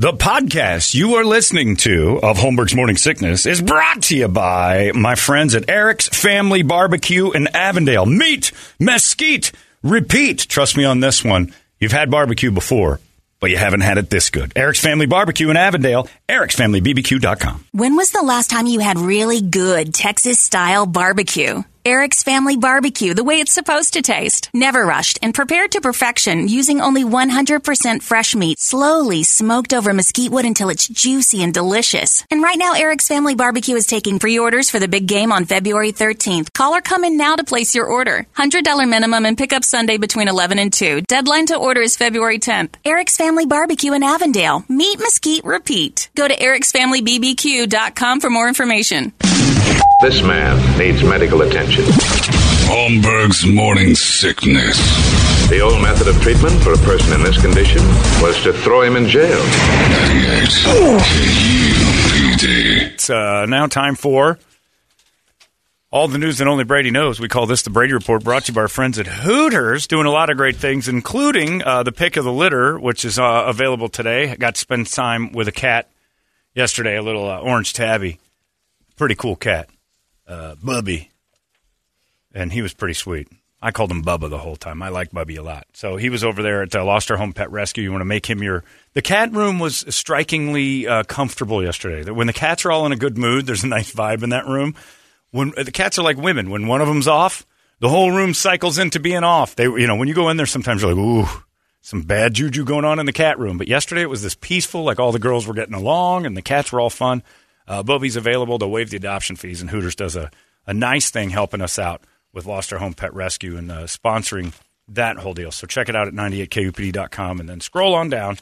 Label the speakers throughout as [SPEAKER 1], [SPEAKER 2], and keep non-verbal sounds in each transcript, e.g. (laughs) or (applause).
[SPEAKER 1] The podcast you are listening to of Holmberg's Morning Sickness is brought to you by my friends at Eric's Family Barbecue in Avondale. Meet, mesquite, repeat. Trust me on this one. You've had barbecue before, but you haven't had it this good. Eric's Family Barbecue in Avondale, ericsfamilybbq.com.
[SPEAKER 2] When was the last time you had really good Texas style barbecue? Eric's Family Barbecue, the way it's supposed to taste. Never rushed and prepared to perfection using only 100% fresh meat, slowly smoked over mesquite wood until it's juicy and delicious. And right now, Eric's Family Barbecue is taking pre orders for the big game on February 13th. Call or come in now to place your order. $100 minimum and pick up Sunday between 11 and 2. Deadline to order is February 10th. Eric's Family Barbecue in Avondale. Meet, mesquite, repeat. Go to ericsfamilybbq.com for more information.
[SPEAKER 3] This man needs medical attention.
[SPEAKER 4] Holmberg's morning sickness.
[SPEAKER 3] The old method of treatment for a person in this condition was to throw him in jail.
[SPEAKER 4] 98. KUPD.
[SPEAKER 1] It's uh, now time for all the news that only Brady knows. We call this the Brady Report, brought to you by our friends at Hooters, doing a lot of great things, including uh, the pick of the litter, which is uh, available today. I got to spend time with a cat yesterday, a little uh, orange tabby. Pretty cool cat, uh, Bubby. And he was pretty sweet. I called him Bubba the whole time. I like Bubby a lot. So he was over there at uh, Lost Our Home Pet Rescue. You want to make him your. The cat room was strikingly uh, comfortable yesterday. That When the cats are all in a good mood, there's a nice vibe in that room. When uh, the cats are like women, when one of them's off, the whole room cycles into being off. They, you know, when you go in there, sometimes you're like, ooh, some bad juju going on in the cat room. But yesterday it was this peaceful, like all the girls were getting along and the cats were all fun. Uh, Bubby's available to waive the adoption fees, and Hooters does a, a nice thing helping us out with Lost Our Home Pet Rescue and uh, sponsoring that whole deal. So check it out at 98kupd.com and then scroll on down.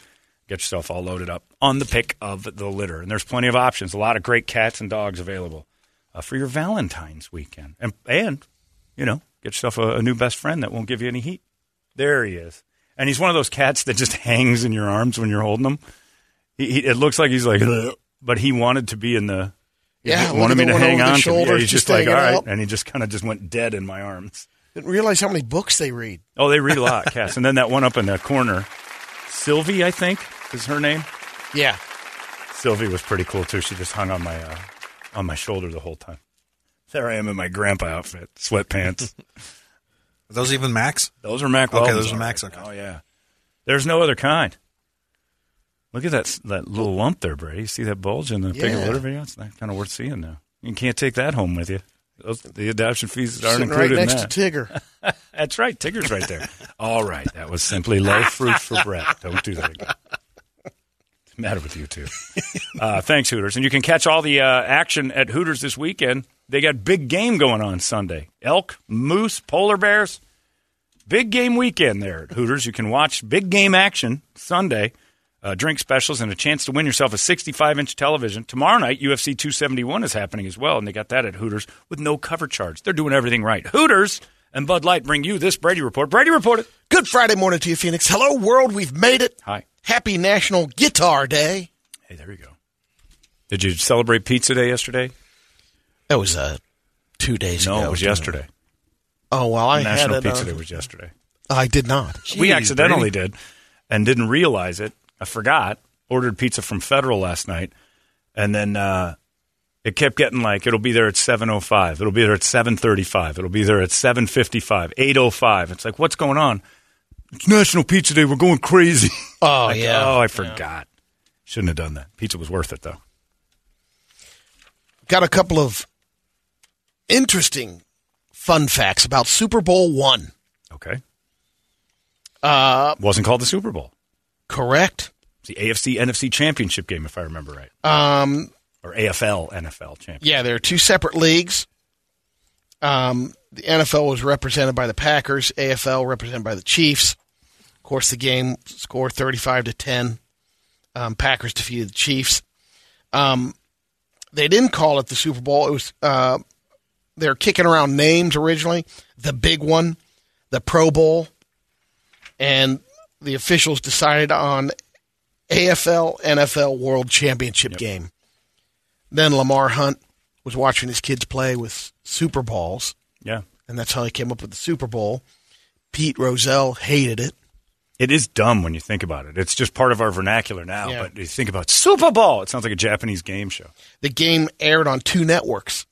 [SPEAKER 1] Get yourself all loaded up on the pick of the litter. And there's plenty of options, a lot of great cats and dogs available uh, for your Valentine's weekend. And, and you know, get yourself a, a new best friend that won't give you any heat. There he is. And he's one of those cats that just (laughs) hangs in your arms when you're holding him. He, he, it looks like he's like, (laughs) "Ugh," but he wanted to be in the. he
[SPEAKER 5] Yeah,
[SPEAKER 1] wanted me
[SPEAKER 5] look at
[SPEAKER 1] to
[SPEAKER 5] the one
[SPEAKER 1] hang
[SPEAKER 5] over the
[SPEAKER 1] on. to me.
[SPEAKER 5] shoulder,
[SPEAKER 1] Yeah, he's just,
[SPEAKER 5] just
[SPEAKER 1] like, all
[SPEAKER 5] hanging
[SPEAKER 1] right,
[SPEAKER 5] out.
[SPEAKER 1] and he just kind of just went dead in my arms.
[SPEAKER 5] Didn't realize how many books they read.
[SPEAKER 1] Oh, they read a lot, (laughs) Cass. And then that one up in the corner, Sylvie, I think is her name.
[SPEAKER 5] Yeah.
[SPEAKER 1] Sylvie was pretty cool too. She just hung on my uh, on my shoulder the whole time. There I am in my grandpa outfit, sweatpants.
[SPEAKER 6] Are those even Max?
[SPEAKER 1] those are Mac.
[SPEAKER 6] Okay,
[SPEAKER 1] Weldon's,
[SPEAKER 6] those are
[SPEAKER 1] all
[SPEAKER 6] Macs,
[SPEAKER 1] right.
[SPEAKER 6] okay.
[SPEAKER 1] Oh yeah. There's no other kind. Look at that s- that little lump there, Brady. You see that bulge in the big
[SPEAKER 5] Yeah.
[SPEAKER 1] litter video? It's kind of worth seeing now. You can't take that home with you. Those, the adoption fees aren't
[SPEAKER 5] Sitting
[SPEAKER 1] included
[SPEAKER 5] right
[SPEAKER 1] in
[SPEAKER 5] next
[SPEAKER 1] that.
[SPEAKER 5] to Tigger.
[SPEAKER 1] That's right. Tigger's right there. All right. That was simply low fruit for Brett. Don't do that again. What's the matter with you two? Uh, thanks, Hooters. And you can catch all the uh, action at Hooters this weekend. They got big game going on Sunday elk, moose, polar bears. Big game weekend there at Hooters. You can watch big game action Sunday, uh, drink specials, and a chance to win yourself a 65 inch television. Tomorrow night, UFC 271 is happening as well, and they got that at Hooters with no cover charge. They're doing everything right. Hooters and Bud Light bring you this Brady Report. Brady Report it.
[SPEAKER 5] Good Friday morning to you, Phoenix. Hello, world. We've made it.
[SPEAKER 1] Hi.
[SPEAKER 5] Happy National Guitar Day.
[SPEAKER 1] Hey, there you go. Did you celebrate Pizza Day yesterday?
[SPEAKER 5] That was uh, two days
[SPEAKER 1] No,
[SPEAKER 5] ago.
[SPEAKER 1] it was
[SPEAKER 5] didn't
[SPEAKER 1] yesterday.
[SPEAKER 5] Oh, well, I
[SPEAKER 1] National
[SPEAKER 5] had it,
[SPEAKER 1] Pizza Day
[SPEAKER 5] on-
[SPEAKER 1] was yesterday.
[SPEAKER 5] I did not.
[SPEAKER 1] we accidentally did and didn't realize it. I forgot. Ordered pizza from Federal last night, and then uh, it kept getting like it'll be there at seven oh five. It'll be there at seven thirty five. It'll be there at seven fifty five. Eight oh five. It's like what's going on? It's National Pizza Day. We're going
[SPEAKER 5] (laughs)
[SPEAKER 1] crazy.
[SPEAKER 5] Oh,
[SPEAKER 1] Like,
[SPEAKER 5] yeah.
[SPEAKER 1] Oh, I forgot. Shouldn't have done that. Pizza was worth it though.
[SPEAKER 5] Got a couple of interesting fun facts about Super Bowl One.
[SPEAKER 1] Okay.
[SPEAKER 5] Uh,
[SPEAKER 1] Wasn't called the Super Bowl.
[SPEAKER 5] correct.
[SPEAKER 1] It's the AFC NFC Championship game, if I remember right,
[SPEAKER 5] Um,
[SPEAKER 1] or AFL NFL Championship.
[SPEAKER 5] Yeah, there are two separate leagues. Um, the NFL was represented by the Packers, AFL represented by the Chiefs. Of course, the game score 35 to 10. Um, Packers defeated the Chiefs. Um, they didn't call it the Super Bowl. It was uh, they're kicking around names originally. The big one, the Pro Bowl, and the officials decided on AFL NFL World Championship game. Then Lamar Hunt was watching his kids play with Super Balls
[SPEAKER 1] Yeah.
[SPEAKER 5] and that's how they came up with the Super Bowl. Pete Rozelle hated it.
[SPEAKER 1] It is dumb when you think about it. It's just part of our vernacular now.
[SPEAKER 5] Yeah.
[SPEAKER 1] But you think about Super Bowl, it sounds like a Japanese game show.
[SPEAKER 5] The game aired on two networks.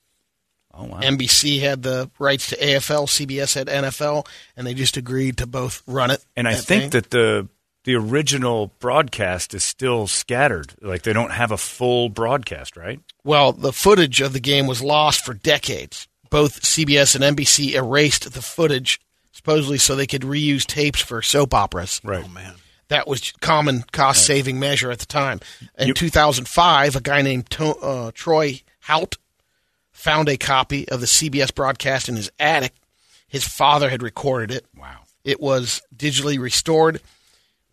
[SPEAKER 1] Oh wow!
[SPEAKER 5] NBC had the rights to AFL, CBS had NFL, and they just agreed to both run it.
[SPEAKER 1] and I think
[SPEAKER 5] thing.
[SPEAKER 1] that the the original broadcast is still scattered. Like they don't have a full broadcast, right?
[SPEAKER 5] well, the footage of the game was lost for decades. Both CBS and NBC erased the footage supposedly so they could reuse tapes for soap operas.
[SPEAKER 1] Right.
[SPEAKER 6] Oh man.
[SPEAKER 5] That was common cost saving measure at the time. In
[SPEAKER 1] You-
[SPEAKER 5] 2005, a guy named to- uh, Troy Hout found a copy of the CBS broadcast in his attic. His father had recorded it.
[SPEAKER 1] Wow.
[SPEAKER 5] It was digitally restored,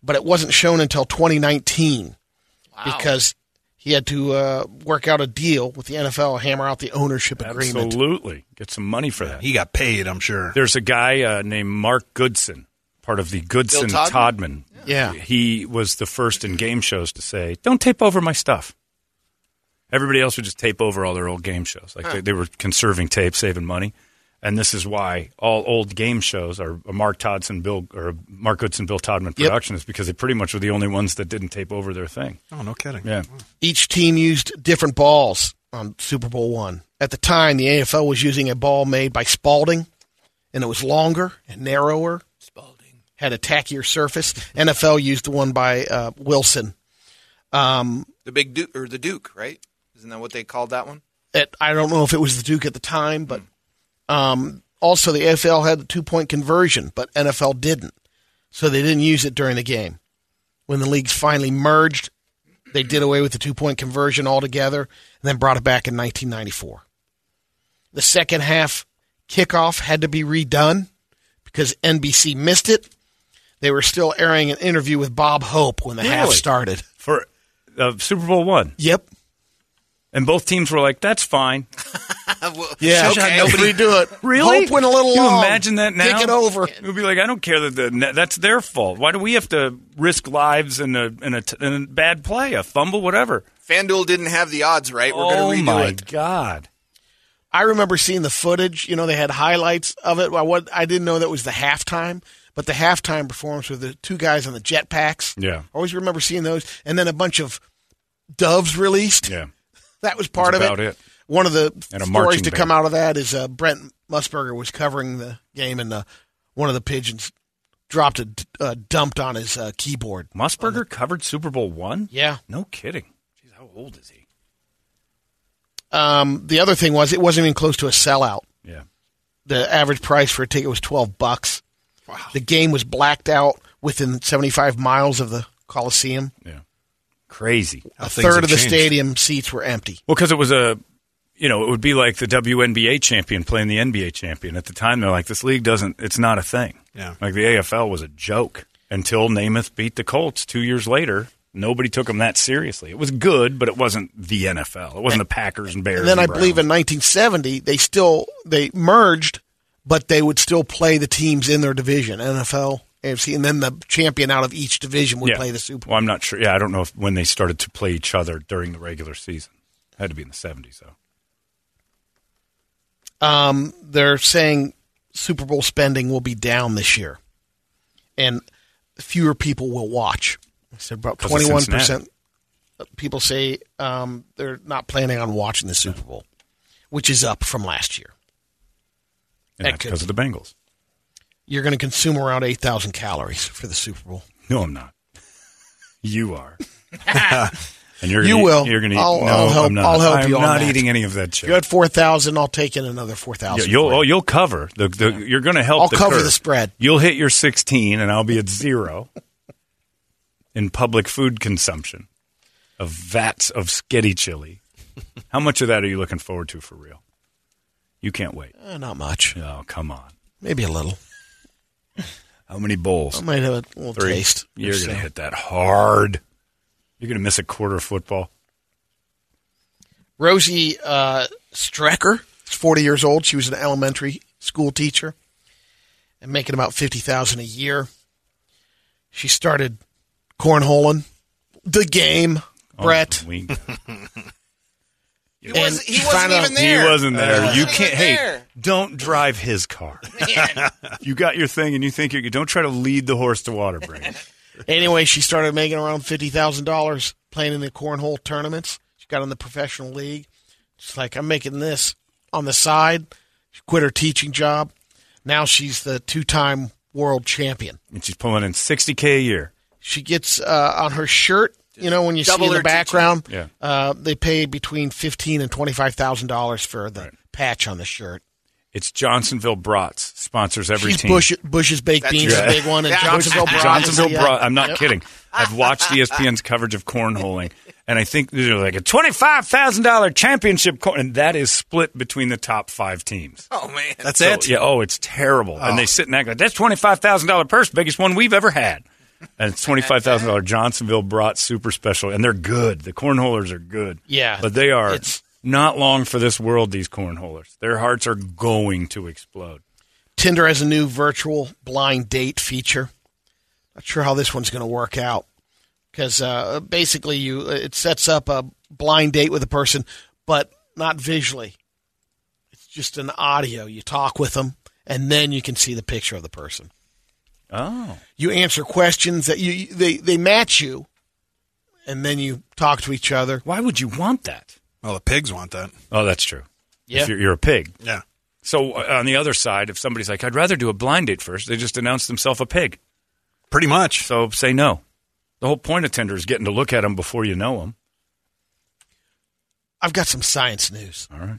[SPEAKER 5] but it wasn't shown until 2019 because he had to uh, work out a deal with the NFL, hammer out the ownership agreement.
[SPEAKER 1] Absolutely, get some money for that.
[SPEAKER 6] He got paid, I'm sure.
[SPEAKER 1] There's a guy uh, named Mark Goodson, part of the Goodson
[SPEAKER 7] Bill
[SPEAKER 1] Todman.
[SPEAKER 5] Yeah.
[SPEAKER 1] He was the first in game shows to say, "Don't tape over my stuff." Everybody else would just tape over all their old game shows. Like they, they were conserving tape, saving money. And this is why all old game shows are a Mark Todson, Bill, or Mark Goodson, Bill Todman
[SPEAKER 5] Yep.
[SPEAKER 1] production is because they pretty much were the only ones that didn't tape over their thing.
[SPEAKER 6] oh, no kidding.
[SPEAKER 1] Yeah.
[SPEAKER 5] Each team used different balls on Super Bowl one. At the time, the AFL was using a ball made by Spalding, and it was longer and narrower.
[SPEAKER 7] Spalding.
[SPEAKER 5] had a tackier surface. NFL used the one by uh, Wilson.
[SPEAKER 7] The big Duke or the Duke, right? Isn't that what they called that one?
[SPEAKER 5] It, I don't know if it was the Duke at the time, but um, also the AFL had the two point conversion, but NFL didn't. So they didn't use it during the game. When the leagues finally merged, they did away with the two point conversion altogether and then brought it back in 1994. The second half kickoff had to be redone because NBC missed it. They were still airing an interview with Bob Hope when the half
[SPEAKER 1] Really?
[SPEAKER 5] started.
[SPEAKER 1] For uh, Super Bowl one,
[SPEAKER 5] Yep.
[SPEAKER 1] and both teams were like, "That's fine."
[SPEAKER 5] Yeah,
[SPEAKER 7] Shows you how
[SPEAKER 5] okay.
[SPEAKER 7] nobody-
[SPEAKER 5] redo it. Hope went a little
[SPEAKER 1] Can you
[SPEAKER 5] long.
[SPEAKER 1] imagine that now?
[SPEAKER 5] Kick it over.
[SPEAKER 1] It would be like, I don't care that the, that's their fault. Why do we have to risk lives in a in a, t- in a bad play, a fumble, whatever?
[SPEAKER 7] FanDuel didn't have the odds right. We're
[SPEAKER 1] oh
[SPEAKER 7] going to redo
[SPEAKER 1] my
[SPEAKER 7] it.
[SPEAKER 1] god!
[SPEAKER 5] I remember seeing the footage. You know, they had highlights of it. I, what, I didn't know that was the halftime, but the halftime performance with the two guys on the jetpacks.
[SPEAKER 1] Yeah.
[SPEAKER 5] I always remember seeing those. And then a bunch of doves released.
[SPEAKER 1] Yeah,
[SPEAKER 5] That was part
[SPEAKER 1] That's
[SPEAKER 5] of
[SPEAKER 1] about it.
[SPEAKER 5] One of the
[SPEAKER 1] And a
[SPEAKER 5] stories
[SPEAKER 1] marching
[SPEAKER 5] to
[SPEAKER 1] band.
[SPEAKER 5] come out of that is uh, Brent Musburger was covering the game, and uh, one of the pigeons dropped a d- uh, dumped on his uh, keyboard.
[SPEAKER 1] Musburger covered Super Bowl one.
[SPEAKER 5] Yeah.
[SPEAKER 1] No kidding. Jeez, how old is he?
[SPEAKER 5] Um, the other thing was it wasn't even close to a sellout.
[SPEAKER 1] Yeah,
[SPEAKER 5] the average price for a ticket was 12 bucks. Wow. The game was blacked out within 75 miles of the Coliseum.
[SPEAKER 1] yeah, crazy.
[SPEAKER 6] How
[SPEAKER 5] a
[SPEAKER 6] things
[SPEAKER 5] third
[SPEAKER 6] have
[SPEAKER 5] of the
[SPEAKER 6] changed.
[SPEAKER 5] stadium seats were empty.
[SPEAKER 1] Well, because it was a, you know, it would be like the WNBA champion playing the NBA champion. At the time, they're like, this league doesn't, it's not a thing.
[SPEAKER 6] Yeah.
[SPEAKER 1] Like the AFL was a joke until Namath beat the Colts two years later. Nobody took them that seriously. It was good, but it wasn't the NFL. It wasn't the Packers and Bears.
[SPEAKER 5] And then
[SPEAKER 1] and
[SPEAKER 5] I believe in
[SPEAKER 1] Browns.
[SPEAKER 5] 1970 they still they merged, but they would still play the teams in their division, NFL, AFC, and then the champion out of each division would
[SPEAKER 1] Yeah.
[SPEAKER 5] play the Super Bowl.
[SPEAKER 1] Well, I'm not sure. Yeah, I don't know if when they started to play each other during the regular season. had to be in the 70s, though.
[SPEAKER 5] Um, they're saying Super Bowl spending will be down this year, and fewer people will watch. I said about
[SPEAKER 1] 'Cause of
[SPEAKER 5] twenty-one
[SPEAKER 1] Cincinnati.
[SPEAKER 5] percent uh, people say um, they're not planning on watching the Super Bowl, which is up from last year.
[SPEAKER 1] And
[SPEAKER 5] That
[SPEAKER 1] that's
[SPEAKER 5] could
[SPEAKER 1] because of the Bengals.
[SPEAKER 5] You're going to consume around eight thousand calories (laughs) for the Super Bowl.
[SPEAKER 1] No, I'm not. You
[SPEAKER 5] (laughs)
[SPEAKER 1] are. and you're
[SPEAKER 5] You
[SPEAKER 1] gonna eat-
[SPEAKER 5] will.
[SPEAKER 1] You're going to eat.
[SPEAKER 5] I'll-
[SPEAKER 1] no,
[SPEAKER 5] I'll help-
[SPEAKER 1] I'm not.
[SPEAKER 5] I'll help
[SPEAKER 1] I'm
[SPEAKER 5] you on
[SPEAKER 1] not
[SPEAKER 5] that.
[SPEAKER 1] eating any of that shit.
[SPEAKER 5] You're at four thousand. I'll take in another four
[SPEAKER 1] Yeah,
[SPEAKER 5] thousand.
[SPEAKER 1] you'll oh, you'll cover the, the you're going to help.
[SPEAKER 5] I'll
[SPEAKER 1] the
[SPEAKER 5] cover
[SPEAKER 1] curve.
[SPEAKER 5] the spread.
[SPEAKER 1] You'll hit your 16, and I'll be at zero in public food consumption of vats of skitty chili. How much of that are you looking forward to for real? You can't wait.
[SPEAKER 5] Eh, not much.
[SPEAKER 1] Oh, come on!
[SPEAKER 5] Maybe a little.
[SPEAKER 1] How many bowls?
[SPEAKER 5] I might have a little taste.
[SPEAKER 1] You're going to hit that hard. You're going to miss a quarter of football.
[SPEAKER 5] Rosie uh, Strecker is 40 years old. She was an elementary school teacher and making about 50000 a year. She started cornholing, the game, Brett.
[SPEAKER 1] Oh, we-
[SPEAKER 7] He,
[SPEAKER 5] And
[SPEAKER 7] was, he
[SPEAKER 5] she
[SPEAKER 7] wasn't
[SPEAKER 5] found out-
[SPEAKER 7] even
[SPEAKER 5] he
[SPEAKER 7] there.
[SPEAKER 1] He wasn't there.
[SPEAKER 5] Uh,
[SPEAKER 7] He wasn't
[SPEAKER 1] you
[SPEAKER 7] even
[SPEAKER 1] can't. Hey,
[SPEAKER 7] there.
[SPEAKER 1] don't drive his
[SPEAKER 5] (laughs)
[SPEAKER 1] car. you got your thing, and you think you don't try to lead the horse to water,
[SPEAKER 5] (laughs)
[SPEAKER 1] Brandon.
[SPEAKER 5] Anyway, she started making around fifty thousand dollars playing in the cornhole tournaments. She got in the professional league. She's like, I'm making this on the side. She quit her teaching job. Now she's the two-time world champion.
[SPEAKER 1] and she's pulling in 60k a year.
[SPEAKER 5] She gets uh, on her shirt. You know when you see
[SPEAKER 7] double
[SPEAKER 5] in the
[SPEAKER 7] her teaching.
[SPEAKER 5] background,
[SPEAKER 1] Yeah.
[SPEAKER 5] uh, they pay between fifteen and twenty-five thousand dollars for the patch on the shirt.
[SPEAKER 1] It's Johnsonville Brats sponsors every
[SPEAKER 5] She's
[SPEAKER 1] team.
[SPEAKER 5] Bush, Bush's baked beans, is a big one, and
[SPEAKER 7] Yeah. (laughs)
[SPEAKER 5] Johnsonville Brats.
[SPEAKER 1] Johnsonville
[SPEAKER 5] Yeah.
[SPEAKER 1] Bra- I'm not
[SPEAKER 5] Yep.
[SPEAKER 1] kidding. I've watched E ESPN's coverage of cornholing, and I think there's like a twenty-five thousand dollar championship, corn, and that is split between the top five teams.
[SPEAKER 7] Oh man, Oh.
[SPEAKER 6] That's
[SPEAKER 1] So,
[SPEAKER 6] it.
[SPEAKER 1] Yeah. Oh, it's terrible. And they sit and act like that's twenty five thousand dollar purse, biggest one we've ever had.
[SPEAKER 7] (laughs)
[SPEAKER 1] And it's twenty five thousand dollar Johnsonville brought super special, and they're good. The cornholers are good.
[SPEAKER 5] Yeah.
[SPEAKER 1] but they are
[SPEAKER 5] It's-
[SPEAKER 1] not long for this world. These cornholers, their hearts are going to explode.
[SPEAKER 5] Tinder has a new virtual blind date feature. Not sure how this one's going to work out because uh, basically you it sets up a blind date with a person, but not visually. It's just an audio. You talk with them, and then you can see the picture of the person.
[SPEAKER 1] Oh,
[SPEAKER 5] You answer questions that you they they match you, and then you talk to each other.
[SPEAKER 1] why would you want that?
[SPEAKER 6] Well, the pigs want that.
[SPEAKER 1] Oh, that's true.
[SPEAKER 5] Yeah.
[SPEAKER 1] If you're, you're a pig.
[SPEAKER 6] Yeah.
[SPEAKER 1] So uh, on the other side, if somebody's like, "I'd rather do a blind date first, they just announce themselves a pig.
[SPEAKER 6] Pretty much.
[SPEAKER 1] So say no. The whole point of Tinder is getting to look at them before you know them.
[SPEAKER 5] I've got some science news.
[SPEAKER 1] All right.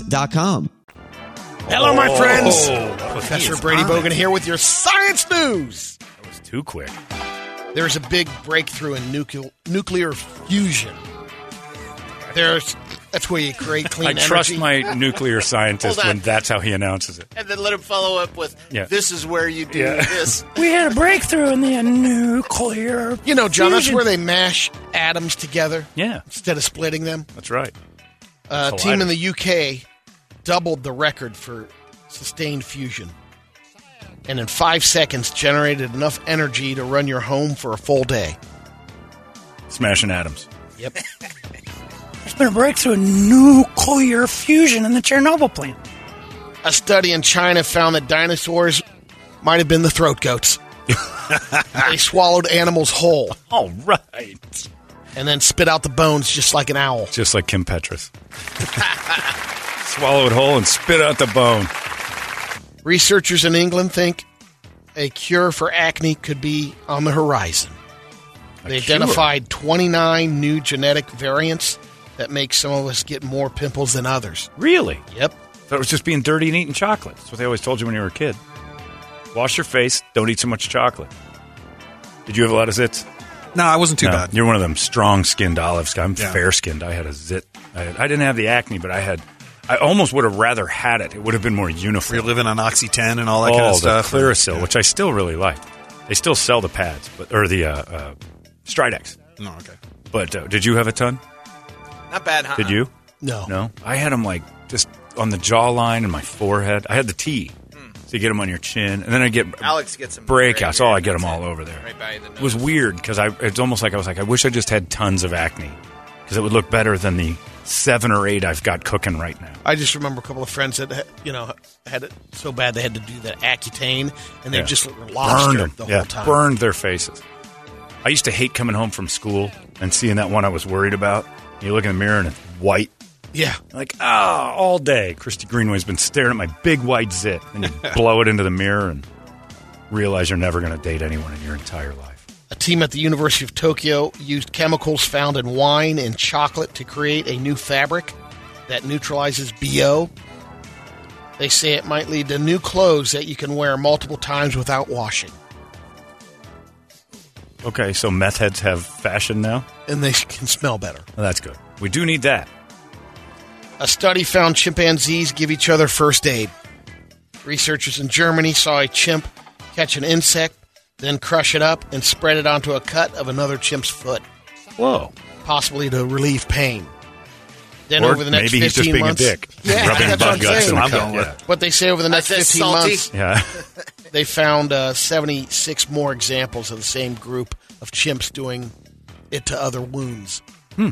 [SPEAKER 5] Hello,
[SPEAKER 1] Oh.
[SPEAKER 5] my friends.
[SPEAKER 6] he
[SPEAKER 5] Professor
[SPEAKER 6] is
[SPEAKER 5] Brady
[SPEAKER 6] on
[SPEAKER 5] Bogan
[SPEAKER 6] it.
[SPEAKER 5] here with your science news.
[SPEAKER 1] That was too quick.
[SPEAKER 5] There's a big breakthrough in nucle- nuclear fusion. There's that's where
[SPEAKER 1] (laughs)
[SPEAKER 5] you create clean
[SPEAKER 1] I
[SPEAKER 5] energy.
[SPEAKER 1] trust my nuclear scientist
[SPEAKER 7] Hold on.
[SPEAKER 1] when that's how he announces it.
[SPEAKER 7] and then let him follow up with,
[SPEAKER 1] Yeah.
[SPEAKER 7] "This is where you do
[SPEAKER 1] Yeah.
[SPEAKER 7] this."
[SPEAKER 1] We had a breakthrough in the nuclear.
[SPEAKER 5] (laughs) You know, John, that's where they mash atoms together
[SPEAKER 1] Yeah,
[SPEAKER 5] instead of splitting them.
[SPEAKER 1] that's right.
[SPEAKER 5] Uh, a
[SPEAKER 1] Collider.
[SPEAKER 5] team in the UK doubled the record for sustained fusion, and in five seconds generated enough energy to run your home for a full day.
[SPEAKER 1] Smashing atoms.
[SPEAKER 5] Yep.
[SPEAKER 8] There's been a breakthrough in nuclear fusion in the Chernobyl plant.
[SPEAKER 5] a study in China found that dinosaurs might have been the throat (laughs) goats. they swallowed animals whole.
[SPEAKER 1] All right.
[SPEAKER 5] and then spit out the bones just like an owl.
[SPEAKER 1] Just like Kim Petras. (laughs) Swallowed whole and spit out the bone.
[SPEAKER 5] Researchers in England think a cure for acne could be on the horizon. They
[SPEAKER 1] cure.
[SPEAKER 5] identified 29 new genetic variants that make some of us get more pimples than others.
[SPEAKER 1] Really?
[SPEAKER 5] Yep.
[SPEAKER 1] Thought it was just being dirty and eating chocolate. That's what they always told you when you were a kid. Wash your face. Don't eat so much chocolate. Did you have a lot of zits?
[SPEAKER 6] No, I wasn't too
[SPEAKER 1] No,
[SPEAKER 6] bad.
[SPEAKER 1] You're one of them strong-skinned olives. I'm
[SPEAKER 6] Yeah.
[SPEAKER 1] fair-skinned. I had a zit. I, had, I didn't have the acne, but I had. I almost would have rather had it. It would have been more
[SPEAKER 6] Were you
[SPEAKER 1] uniform.
[SPEAKER 6] living on Oxy-10 and all that
[SPEAKER 1] oh,
[SPEAKER 6] kind of
[SPEAKER 1] the
[SPEAKER 6] stuff?
[SPEAKER 1] Clearasil,
[SPEAKER 6] Yeah.
[SPEAKER 1] which I still really like. They still sell the pads, but or the uh, uh, Stridex.
[SPEAKER 6] No, okay.
[SPEAKER 1] But uh, did you have a ton?
[SPEAKER 7] Not bad, huh?
[SPEAKER 1] Did you?
[SPEAKER 5] No.
[SPEAKER 1] No, I had them like just on the jawline and my forehead. I had the T, so you get them on your chin, and then I get
[SPEAKER 7] Hmm. Alex gets them right
[SPEAKER 1] breakouts.
[SPEAKER 7] here.
[SPEAKER 1] oh, I get
[SPEAKER 7] That's
[SPEAKER 1] them all
[SPEAKER 7] it.
[SPEAKER 1] over there.
[SPEAKER 7] Right by the nose.
[SPEAKER 1] It was weird because I. It's almost like I was like, I wish I just had tons of acne because it would look better than the seven or eight I've got cooking right now.
[SPEAKER 5] I just remember a couple of friends that had- you know had it so bad they had to do that Accutane, and they
[SPEAKER 1] Yeah.
[SPEAKER 5] just were lobster
[SPEAKER 1] burned
[SPEAKER 5] the
[SPEAKER 1] them. Yeah,
[SPEAKER 5] whole time.
[SPEAKER 1] burned their faces. I used to hate coming home from school and seeing that one I was worried about. You look in the mirror and it's white.
[SPEAKER 5] Yeah,
[SPEAKER 1] Like, ah, all day. Christy Greenway's been staring at my big white zit. And you blow it into the mirror and realize you're never going to date anyone in your entire life.
[SPEAKER 5] a team at the University of Tokyo used chemicals found in wine and chocolate to create a new fabric that neutralizes BO. They say it might lead to new clothes that you can wear multiple times without washing.
[SPEAKER 1] Okay, so meth heads have fashion now?
[SPEAKER 5] And they can smell better.
[SPEAKER 1] Well, that's good. We do need that.
[SPEAKER 5] A study found chimpanzees give each other first aid. Researchers in Germany saw a chimp catch an insect, then crush it up and spread it onto a cut of another chimp's foot.
[SPEAKER 1] Whoa.
[SPEAKER 5] Possibly to relieve pain. Then
[SPEAKER 1] Or
[SPEAKER 5] over the next
[SPEAKER 1] maybe he's
[SPEAKER 5] 15
[SPEAKER 1] just being a
[SPEAKER 5] months,
[SPEAKER 1] dick.
[SPEAKER 5] Yeah,
[SPEAKER 1] Rubbing
[SPEAKER 5] that's
[SPEAKER 1] butt
[SPEAKER 5] what I'm
[SPEAKER 1] guts
[SPEAKER 5] saying.
[SPEAKER 1] in a I'm cut, going with yeah.
[SPEAKER 5] What they say over the next
[SPEAKER 7] That's
[SPEAKER 5] 15
[SPEAKER 7] salty.
[SPEAKER 5] months,
[SPEAKER 1] Yeah. (laughs)
[SPEAKER 5] they found uh, 76 more examples of the same group of chimps doing it to other wounds.
[SPEAKER 1] Hmm.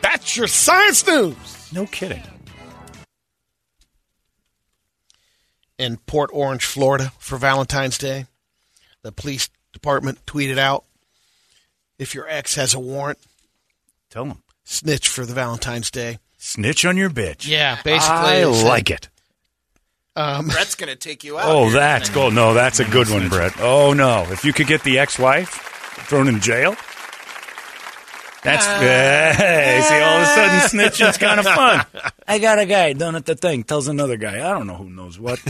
[SPEAKER 5] That's your science news.
[SPEAKER 1] No kidding.
[SPEAKER 5] in Port Orange, Florida for Valentine's Day. The police department tweeted out if your ex has a warrant,
[SPEAKER 1] Tell them.
[SPEAKER 5] snitch for the Valentine's Day.
[SPEAKER 1] Snitch on your bitch.
[SPEAKER 5] Yeah, basically.
[SPEAKER 1] I
[SPEAKER 5] it's-
[SPEAKER 1] like it.
[SPEAKER 5] Um,
[SPEAKER 7] Brett's gonna take you out.
[SPEAKER 1] Oh,
[SPEAKER 7] here.
[SPEAKER 1] that's cool. No, that's a good one, Brett. Oh, no. If you could get the ex wife thrown in jail, that's. Hey, see, all of a (laughs) sudden, snitching's kind of fun. I got a guy done at the thing, tells another guy, I don't know who knows (laughs) what.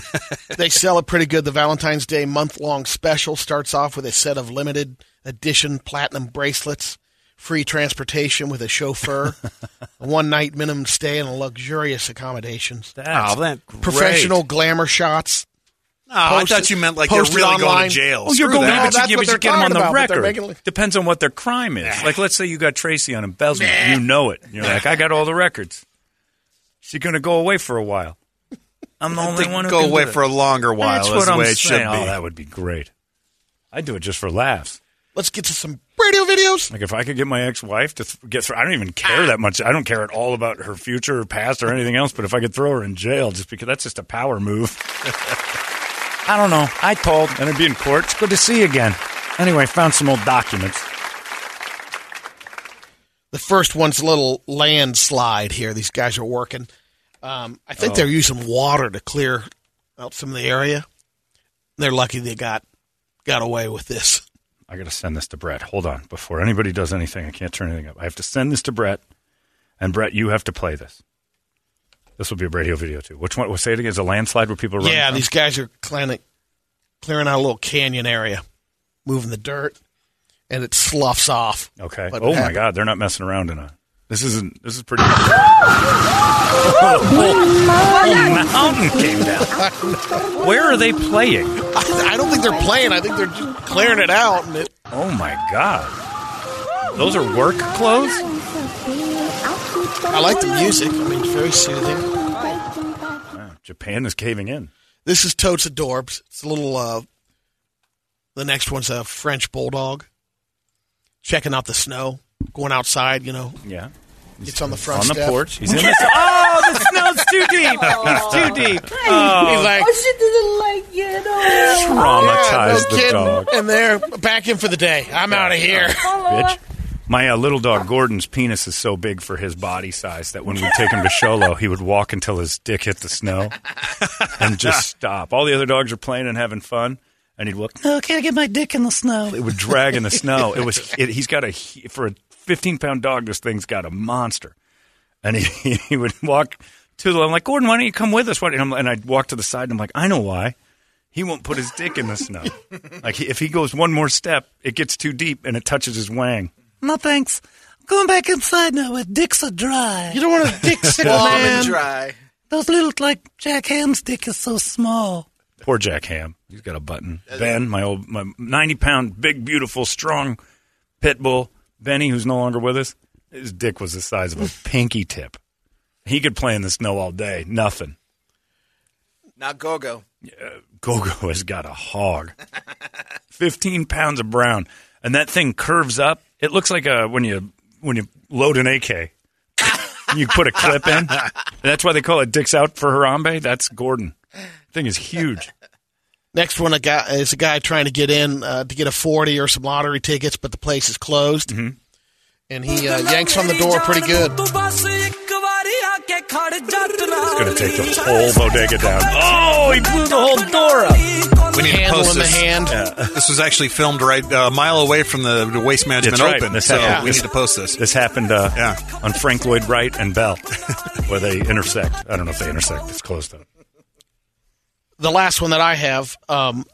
[SPEAKER 5] they sell it pretty good. The Valentine's Day month long special starts off with a set of limited edition platinum bracelets, free transportation with a chauffeur, (laughs) a one night minimum stay, and luxurious accommodations.
[SPEAKER 1] That's
[SPEAKER 6] Oh, that-
[SPEAKER 5] Professional glamour shots.
[SPEAKER 6] No, I
[SPEAKER 5] Posted-
[SPEAKER 6] thought you meant like you're
[SPEAKER 5] posted
[SPEAKER 6] really Oh, going
[SPEAKER 5] online.
[SPEAKER 6] to jail.
[SPEAKER 1] Well, you're
[SPEAKER 6] Screw
[SPEAKER 1] going
[SPEAKER 6] that.
[SPEAKER 1] to
[SPEAKER 5] that's
[SPEAKER 1] get, but you
[SPEAKER 5] what they're
[SPEAKER 1] get them on
[SPEAKER 5] talking
[SPEAKER 1] the
[SPEAKER 5] about, but they're
[SPEAKER 1] record.
[SPEAKER 5] making-
[SPEAKER 1] Depends on what their crime is. Like, let's say you got Tracy on embezzlement. You know it. You're like, I got all the records. She's going to go away for a while. I'm the only
[SPEAKER 6] Think
[SPEAKER 1] one who
[SPEAKER 6] go
[SPEAKER 1] can
[SPEAKER 6] away
[SPEAKER 1] do it.
[SPEAKER 6] for a longer while.
[SPEAKER 1] That's
[SPEAKER 6] is
[SPEAKER 1] what
[SPEAKER 6] the
[SPEAKER 1] I'm
[SPEAKER 6] way
[SPEAKER 1] saying.
[SPEAKER 6] it should be.
[SPEAKER 1] Oh, that would be great. I'd do it just for laughs.
[SPEAKER 5] Let's get to some radio videos.
[SPEAKER 1] Like if I could get my ex-wife to th- get through, I don't even care that much. I don't care at all about her future or past or anything else. But if I could throw her in jail, just because that's just a power move. (laughs) I don't know. I told, and I'd be in court. It's good to see you again. Anyway, found some old documents.
[SPEAKER 5] The first one's a little landslide here. These guys are working. Um, I think
[SPEAKER 1] Oh.
[SPEAKER 5] they're using water to clear out some of the area. They're lucky they got got away with this.
[SPEAKER 1] I got to send this to Brett. Hold on. Before anybody does anything, I can't turn anything up. I have to send this to Brett, and Brett, you have to play this. This will be a radio video too. Which one? We'll say it again. Is a landslide where people run?
[SPEAKER 5] yeah, these guys are clearing, clearing out a little canyon area, moving the dirt, and it sloughs off.
[SPEAKER 1] Okay.
[SPEAKER 5] What
[SPEAKER 1] oh my
[SPEAKER 5] happened?
[SPEAKER 1] God, they're not messing around in a. This isn't. This is pretty. mountain came down. Where are they playing?
[SPEAKER 5] I, I don't think they're playing. I think they're just clearing it out. And it,
[SPEAKER 1] Oh my God. Those are work clothes.
[SPEAKER 5] I like the music. I mean, it's very soothing.
[SPEAKER 1] Wow, Japan is caving in.
[SPEAKER 5] This is Totes Adorbs. It's a little. Uh, the next one's a French bulldog. Checking out the snow, going outside. You know,
[SPEAKER 1] Yeah.
[SPEAKER 5] gets on the front
[SPEAKER 1] On the
[SPEAKER 5] step.
[SPEAKER 1] porch. He's in the. Oh, the snow's too deep. It's too deep.
[SPEAKER 5] He's
[SPEAKER 1] Oh,
[SPEAKER 5] like "Yeah,
[SPEAKER 1] traumatized the
[SPEAKER 5] no kidding."
[SPEAKER 1] dog.
[SPEAKER 5] and they're back in for the day. I'm out of here.
[SPEAKER 1] (laughs)
[SPEAKER 5] (laughs)
[SPEAKER 1] bitch. My uh, little dog Gordon's penis is so big for his body size that when we take him to Sholo, he would walk until his dick hit the snow and just stop. All the other dogs are playing and having fun, and he'd walk.
[SPEAKER 8] No, can I get my dick in the snow?
[SPEAKER 1] It would drag in the snow. It was. It, he's got a he- for a 15 pound dog. This thing's got a monster, and he, (laughs) he would walk to the. I'm like Gordon, why don't you come with us? Why? don't you-" And, I'm, and I'd walk to the side. and I'm like, I know why. He won't put his dick in the snow. (laughs) like if he goes one more step, it gets too deep and it touches his wang.
[SPEAKER 8] No thanks. I'm going back inside now where dicks are dry.
[SPEAKER 5] You don't want (laughs) a dick sick
[SPEAKER 7] Warm and
[SPEAKER 5] man.
[SPEAKER 7] dry.
[SPEAKER 8] Those little like Jack Ham's dick is so small.
[SPEAKER 1] Poor Jack Ham. He's got a button. Ben, my old, my ninety pound, big, beautiful, strong pit bull. Benny, who's no longer with us, his dick was the size of a pinky tip. He could play in the snow all day. Nothing.
[SPEAKER 7] Not go-go.
[SPEAKER 1] Gogo (laughs) has got a hog. (laughs) Fifteen pounds of brown, and that thing curves up. It looks like a when you when you load an AK, you put a clip in. And that's why they call it "dicks out for Harambe." That's Gordon. Thing is huge.
[SPEAKER 5] Next one, a guy is a guy trying to get in uh, to get a forty or some lottery tickets, but the place
[SPEAKER 1] Mm-hmm.
[SPEAKER 5] is uh, closed. And he uh, yanks on the door pretty good.
[SPEAKER 1] It's going to take the whole bodega down. Oh, he blew the whole door up.
[SPEAKER 6] We need to post this.
[SPEAKER 1] Yeah.
[SPEAKER 6] This was actually filmed right uh, a mile away from the the waste management
[SPEAKER 1] That's right.
[SPEAKER 6] open.
[SPEAKER 1] This
[SPEAKER 6] so
[SPEAKER 1] happened-
[SPEAKER 6] we
[SPEAKER 1] this-
[SPEAKER 6] need to post this.
[SPEAKER 1] This happened uh, on Frank Lloyd Wright and Bell, where they intersect. I don't know if they intersect. It's closed up.
[SPEAKER 5] the last one that I have um,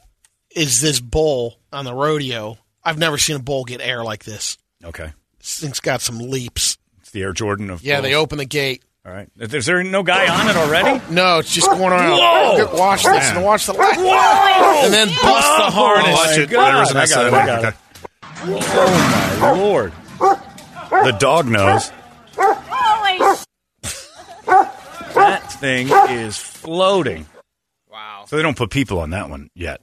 [SPEAKER 5] is this bull on the rodeo. I've never seen a bull get air like this.
[SPEAKER 1] Okay.
[SPEAKER 5] This thing's got some leaps.
[SPEAKER 1] It's the Air Jordan of.
[SPEAKER 5] Yeah, they
[SPEAKER 1] bulls.
[SPEAKER 5] open the gate.
[SPEAKER 1] All right. Is there no guy on it already?
[SPEAKER 5] No, it's just going on.
[SPEAKER 1] Whoa!
[SPEAKER 5] Get- Watch this
[SPEAKER 1] Man.
[SPEAKER 5] and watch the
[SPEAKER 1] Whoa!
[SPEAKER 5] and then bust the harness.
[SPEAKER 1] Oh, Watch it. There was an I got it. I got it. Oh my lord! The dog knows. That thing is floating. Wow! So they don't put people on that one yet.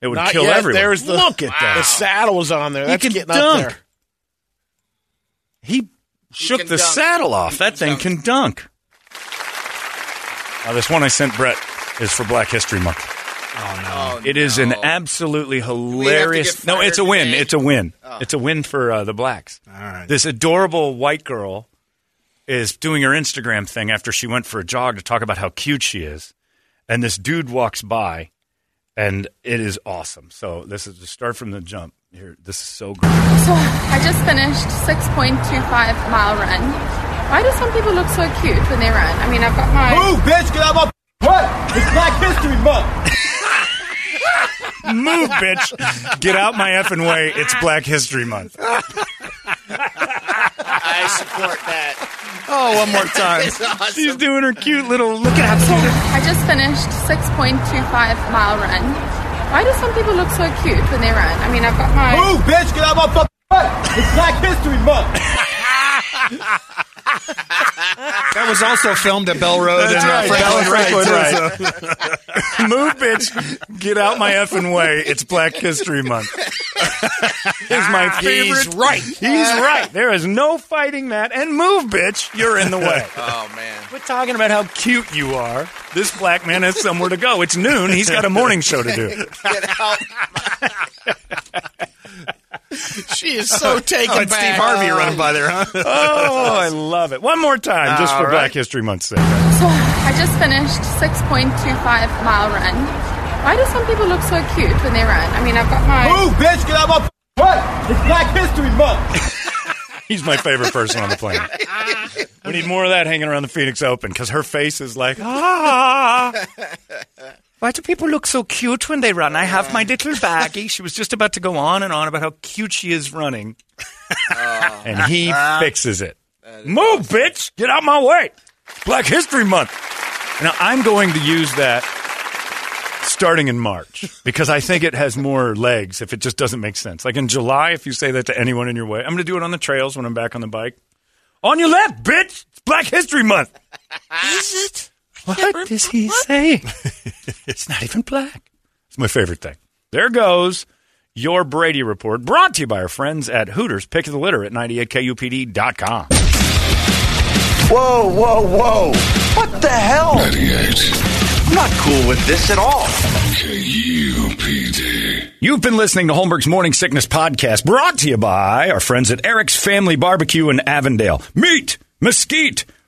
[SPEAKER 1] It would
[SPEAKER 5] Not
[SPEAKER 1] kill
[SPEAKER 5] yet.
[SPEAKER 1] everyone.
[SPEAKER 5] There's the
[SPEAKER 1] Look at
[SPEAKER 5] The
[SPEAKER 1] that!
[SPEAKER 5] saddle was on there.
[SPEAKER 1] You
[SPEAKER 5] That's
[SPEAKER 1] can
[SPEAKER 5] getting
[SPEAKER 1] dunk.
[SPEAKER 5] up there.
[SPEAKER 1] He shook
[SPEAKER 5] can
[SPEAKER 1] the
[SPEAKER 5] dunk.
[SPEAKER 1] saddle off. that thing can dunk. Uh, this one I sent Brett is for Black History Month.
[SPEAKER 7] Oh,
[SPEAKER 1] It is an absolutely
[SPEAKER 7] get
[SPEAKER 1] hilarious. No,
[SPEAKER 7] fired
[SPEAKER 1] it's a win.
[SPEAKER 7] today?
[SPEAKER 1] It's a win. It's a win for uh, the blacks.
[SPEAKER 6] All right.
[SPEAKER 1] This adorable white girl is doing her Instagram thing after she went for a jog to talk about how cute she is, and this dude walks by, and it is awesome. So this is just start from the jump. Here, this is so great.
[SPEAKER 9] So I just finished 6.25 mile run. Why do some people look so cute when they run? I mean, I've got my.
[SPEAKER 10] Move, bitch! Get out my what? It's Black History Month.
[SPEAKER 1] Move, bitch! Get out my effing way! It's Black History Month.
[SPEAKER 7] I support that.
[SPEAKER 1] Oh, one more time.
[SPEAKER 7] It's
[SPEAKER 1] (laughs)
[SPEAKER 7] awesome.
[SPEAKER 1] She's doing her cute little look at
[SPEAKER 9] So
[SPEAKER 1] how cute.
[SPEAKER 9] I just finished 6.25 mile run. Why do some people look so cute when they run? I mean, I've got my.
[SPEAKER 10] Move, bitch! Get out my fuck. What? It's Black History Month.
[SPEAKER 6] That was also filmed at Bell Road.
[SPEAKER 1] That's
[SPEAKER 6] and, uh,
[SPEAKER 1] right.
[SPEAKER 6] Franklin
[SPEAKER 1] That's right.
[SPEAKER 6] Franklin,
[SPEAKER 1] That's
[SPEAKER 6] so-
[SPEAKER 1] right. Move, bitch. Get out my effing way. It's Black History Month. Is my favorite.
[SPEAKER 5] He's right.
[SPEAKER 1] He's right. There is no fighting that. And move, bitch. You're in the way.
[SPEAKER 7] Oh man.
[SPEAKER 1] We're talking about how cute you are. This black man has somewhere to go. It's noon. He's got a morning show to do.
[SPEAKER 7] Get out.
[SPEAKER 5] (laughs) She
[SPEAKER 1] (laughs)
[SPEAKER 5] is so taken
[SPEAKER 6] Oh, it's
[SPEAKER 5] back.
[SPEAKER 6] Steve Harvey running by there, huh?
[SPEAKER 1] Oh, I love it. One more time, just for
[SPEAKER 6] All right.
[SPEAKER 1] Black History Month's sake.
[SPEAKER 9] So I just finished 6.25 mile run. Why do some people look so cute when they run? I mean, I've got my.
[SPEAKER 10] Move, bitch! Get out my what? It's Black History Month.
[SPEAKER 1] He's my favorite person on the planet. We need more of that hanging around the Phoenix Open because her face is like, ah. Why do people look so cute when they run? I have my little baggie. She was just about to go on and on about how cute she is running. and he fixes it. Move, bitch! Get out my way! Black History Month. Now, I'm going to use that starting in March because I think it has more legs if it just doesn't make sense. Like in July, if you say that to anyone in your way, I'm going to do it on the trails when I'm back on the bike. On your left, bitch! It's Black History Month!
[SPEAKER 8] Is it?
[SPEAKER 1] (laughs) What is he saying? (laughs) it's not even black. It's my favorite thing. There goes your Brady report brought to you by our friends at Hooters. Pick of the litter at 98kupd.com.
[SPEAKER 11] Whoa, whoa, whoa. What the hell?
[SPEAKER 4] 98.
[SPEAKER 11] I'm not cool with this at all.
[SPEAKER 4] KUPD.
[SPEAKER 1] You've been listening to Holmberg's Morning Sickness Podcast, brought to you by our friends at Eric's Family Barbecue in Avondale. Meet, mesquite,